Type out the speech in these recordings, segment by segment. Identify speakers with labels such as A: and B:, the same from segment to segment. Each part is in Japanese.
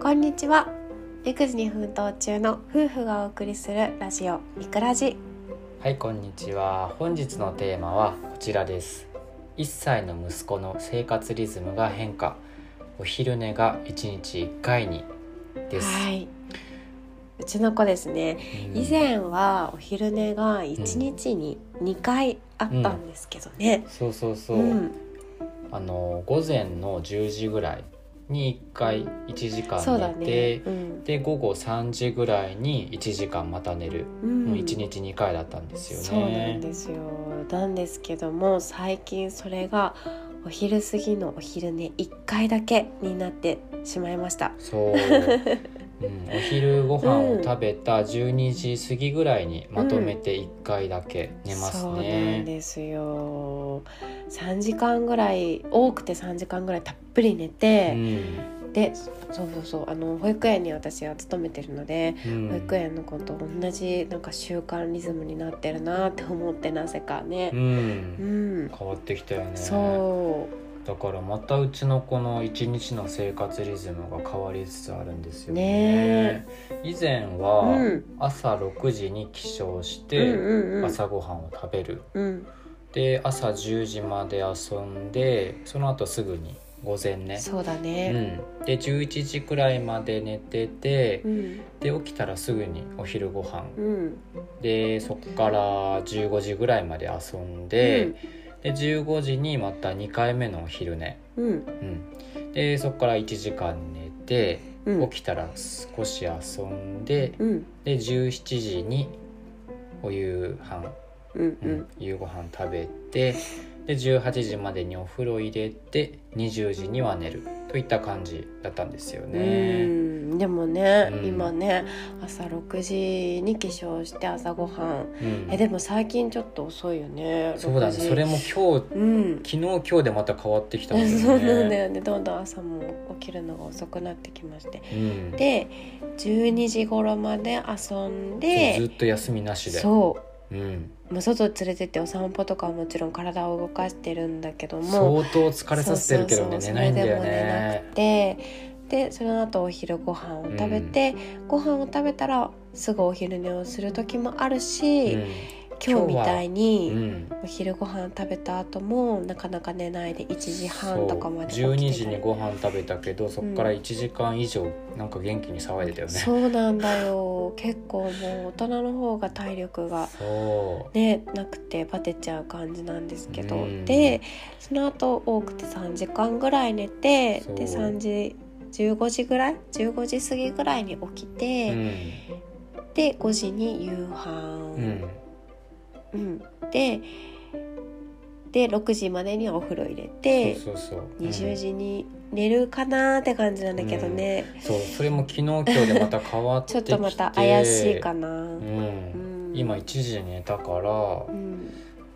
A: こんにちは育児に奮闘中の夫婦がお送りするラジオミクラジ
B: はいこんにちは本日のテーマはこちらです1歳の息子の生活リズムが変化お昼寝が1日1回にです、
A: は
B: う
A: いうちの子ですね
B: ん
A: 以前はお昼寝が1日に2回あったんですけどね、
B: そうそうそうう、
A: ん
B: あの午前の10時ぐらいに1回1時
A: そう
B: 間
A: だ
B: 寝て、
A: ね、うん
B: で午後3時ぐらいに1時間また寝る、
A: うん
B: もう1日2回だったんですよ
A: そうなん
B: ね
A: ですよなんですけども最近それがお昼過ぎのお昼寝1回だけになってしまいました
B: そううん、お昼ご飯を食べた12時過ぎぐらいにまとめて1回だけ寝ます
A: そうなん
B: ね。
A: ですよ3時間ぐらい多くて3時間ぐらいたっぷり寝て、でそうそうそうあの保育園に私は勤めてるので
B: うん
A: 保育園の子と同じなんか習慣リズムになってるなって思ってなぜかね
B: う
A: うんん、
B: 変わってきたよね
A: そ
B: だからまたうちの子の一日の生活リズムが変わりつつあるんですよね。以前
A: うう
B: は
A: ん
B: 朝6時に起床し
A: うんう
B: て
A: んうん
B: 朝ごはんを食べる
A: うん
B: で朝10時まで遊んでその後すぐに午前ね
A: そうだ
B: う
A: ね、
B: ん、で11時くらいまで寝てて
A: う、ん
B: で起きたらすぐにお昼ご飯
A: うん
B: でそっから15時ぐらいまで遊んで、で15時にまた2回目のお昼寝、
A: うん
B: うん、でそっから1時間寝て
A: うん
B: 起きたら少し遊んで
A: うん
B: で17時にお夕飯、
A: うんう
B: うん
A: ん
B: 夕ご飯食べてで18時までにお風呂入れて20時には寝るといった感じだったんですよ
A: う
B: ね。
A: んでもね、
B: うん
A: 今ね朝6時に起床して朝ごはん
B: うん
A: えでも最近ちょっと遅いよね
B: そうだ
A: 6
B: ね
A: 時
B: それも今日
A: うん
B: 昨日今日でまた変わってきた
A: そ
B: ん
A: う
B: だ
A: な
B: よね
A: んだよねどんどん朝も起きるのが遅くなってきまして
B: うん
A: で12時頃まで遊ん
B: そう
A: で
B: ずっと休みなしで、
A: そう
B: ん、
A: うもう外連れてってお散歩とかはもちろん体を動かしてるんだけども
B: 相当疲れさせてるけどね
A: そうそうそう
B: 寝ないんだよ
A: そ
B: ね
A: れでも寝なくてでその後お昼ご飯を食べて、ご飯を食べたらすぐお昼寝をする時もあるし、今日みたい
B: うんう
A: に
B: ん
A: お昼ご飯食べた後もなかなか寝ないで1時
B: そ
A: 半
B: う
A: とかまで起きてた
B: 12時にご飯食べたけどそこから1時間以上なんか元気に騒いでたよね、
A: そうなんだよ結構もう大人の方が体力が
B: そう
A: ねなくてバテちゃう感じなんですけど、
B: うん
A: でその後多くて3時間ぐらい寝て
B: そう
A: で3時15時ぐらい15時過ぎぐらいに起きて、
B: うん
A: で5時に夕飯、
B: うん
A: うんでで6時までにはお風呂入れて
B: そうそうそううん
A: 20時に寝るかなーって感じなんだけどね、
B: そうそれも昨日今日でまた変わって
A: ちょ
B: き
A: ってとまた怪しいかな、
B: う
A: うんん
B: 今1時に寝たから
A: うん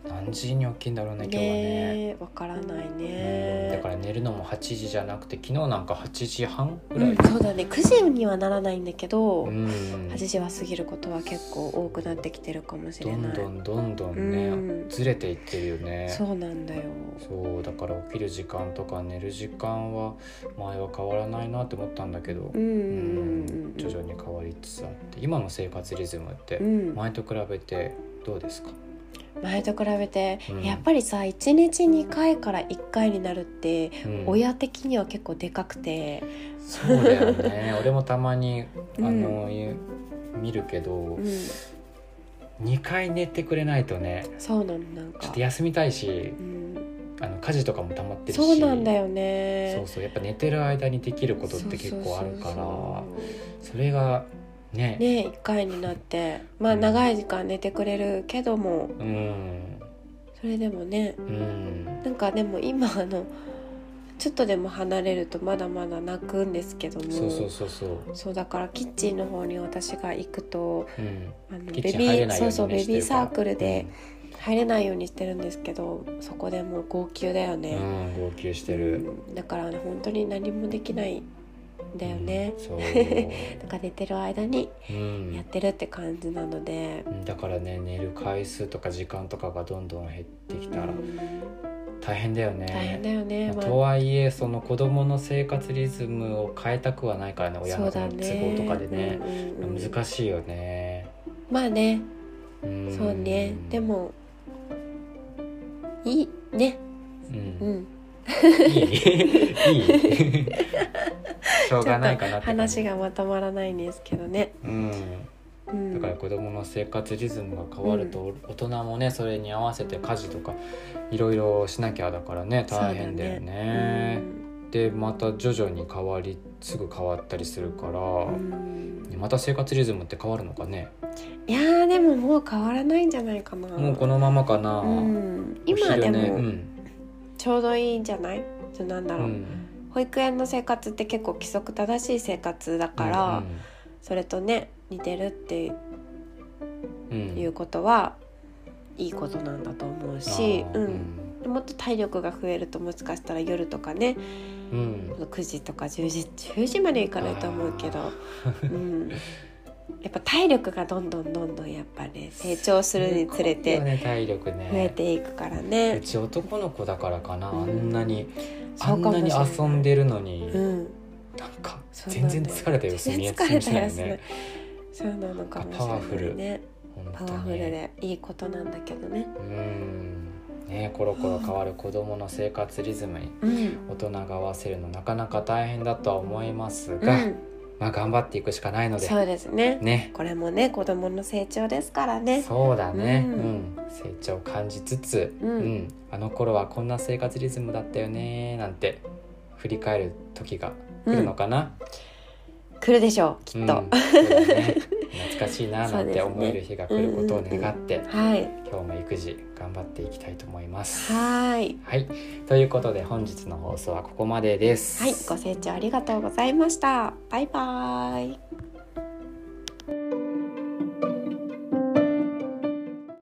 B: 何時に起きんだろうね今日はね
A: ねわからない
B: うんだ
A: ね
B: から寝るのも8時じゃなくて昨日なんか8時半ぐ
A: う
B: ら
A: ん
B: い、
A: そうだね9時にはならないんだけど、
B: うん
A: 8時は過ぎることは結構多くなってきてるかもし
B: ど
A: れ
B: ん
A: ない
B: どんどんどんね、
A: うん
B: ずれていってるよね
A: そうなんだよ
B: そうだから起きる時間とか寝る時間は前は変わらないなって思ったんだけど
A: う、んうんう
B: うん
A: ん
B: 徐々に変わりつつあって今の生活リズムって
A: うん
B: 前と比べてどうですか、
A: 前と比べて、
B: うん
A: やっぱりさ1日2回から1回になるって、
B: うん
A: 親的には結構でかくて、
B: そうだ よね俺もたまにあ
A: うん
B: の、いう見るけど
A: うん、
B: 2回寝てくれないとね
A: そうなのなん
B: ちょ
A: か
B: っと、休みたいし
A: うん、
B: あの家事とかも溜まってるし
A: そうなんだよ
B: そう
A: ね
B: そうやっぱ寝てる間にできることって結構ある
A: そう
B: から
A: そうそうそう
B: それがね
A: ね1回になってまあ
B: うん
A: 長い時間寝てくれるけども
B: うん
A: それでもね
B: うん
A: なんかでも今あのちょっとでも離れるとまだまだ泣くんですけども
B: そうそうそうそう、
A: そうだからキッチンの方に私が行くと
B: うん、
A: あの
B: キ
A: ベビ
B: ッチン入れ
A: ー
B: ない
A: そ
B: よ
A: う
B: うに
A: そう
B: ね
A: ベ
B: して
A: ビー
B: るから
A: サークルで入れないようにしてるんですけどそこでもう号泣だよ
B: うん、
A: ね、
B: うん号泣してる
A: うんだからね本当に何もできないんだよね
B: う、んそ う、
A: なんか寝てる間に
B: う
A: やっ
B: ん、
A: てるって感じなので、
B: だからね寝る回数とか時間とかがどんどん減ってきたら
A: うん
B: 大変だよね
A: 大変だよね、
B: まあとはいえその子どもの生活リズムを変えたくはないからね親
A: そ
B: の
A: う
B: 都
A: だ
B: 合
A: ね
B: とかでね、
A: うんうんうん
B: 難しいよね、
A: まあね
B: うん
A: そうねで、もいいね
B: う、
A: うんん
B: い いいいしょ
A: ちょ
B: うが
A: っ
B: ないかな
A: と
B: って感じ
A: 話がまとまらないんですけどね、
B: うん
A: うん、
B: だから子どもの生活リズムが変わると、大人もねそれに合わせて家事とかいろいろしなきゃだからね大変だよね
A: うん
B: でまた徐々に変わりすぐ変わったりするから、
A: うん
B: また生活リズムって変わるのかね
A: いやーでももう変わらないんじゃないかな
B: もうこのままかな、
A: うん、
B: お
A: 今
B: 昼
A: で
B: ねう
A: も
B: ん
A: ちょうどいいんじゃない、ちょなんだ
B: う
A: ろう、
B: ん
A: 保育園の生活って結構規則正しい生活だから、それとね似てるって
B: うんうん
A: いうことはいいことなんだと思うし、
B: あー
A: うんもっと体力が増えるともしかしたら夜とかね
B: うんうん
A: 9時とか10時10時まではいかないと思うけど、 うん、やっぱ体力がどんどんどんどんやっぱね成長するにつれ
B: すごい
A: て
B: よね体力ね
A: 増えていくから
B: う
A: ね。
B: ち男の子だからかなあ
A: うん
B: んなにあ
A: そうんかもし
B: な
A: れな
B: に
A: い
B: 遊んでるのに、
A: うん
B: なんか
A: そうな
B: 全
A: んだよ
B: 然疲れた様子
A: 全
B: 見え
A: 然
B: て
A: 疲
B: 見え
A: れ
B: て
A: た
B: ない
A: 様
B: よ
A: 子ね
B: ね
A: そうなのかもし
B: パワフ
A: れな
B: ル
A: いね
B: 本
A: パ
B: 当
A: ワフ
B: に
A: ルでいいことなんだけどね
B: うんねコロコロ変わる子どもの生活リズムに
A: うん、
B: 大人が合わせるのなかなか大変だとは思います
A: う
B: が、
A: ん、
B: まあ頑張っていくしかないので
A: そうですね
B: ね
A: これもね子供の成長ですからね
B: そうだね、う
A: うんん
B: 成長を感じつつ、
A: うん
B: あの頃はこんな生活リズムだったよねなんて振り返る時が来るのかな、
A: 来るでしょうき
B: うん
A: っと、
B: そうだね懐かしいな な
A: そうんですね
B: て思える日が来ることを願って、
A: はい
B: 今日も育児頑張っていきたいと思います。
A: はーい
B: はい、ということで本日の放送はここまでです。
A: はいご清聴ありがとうございましたバイバーイ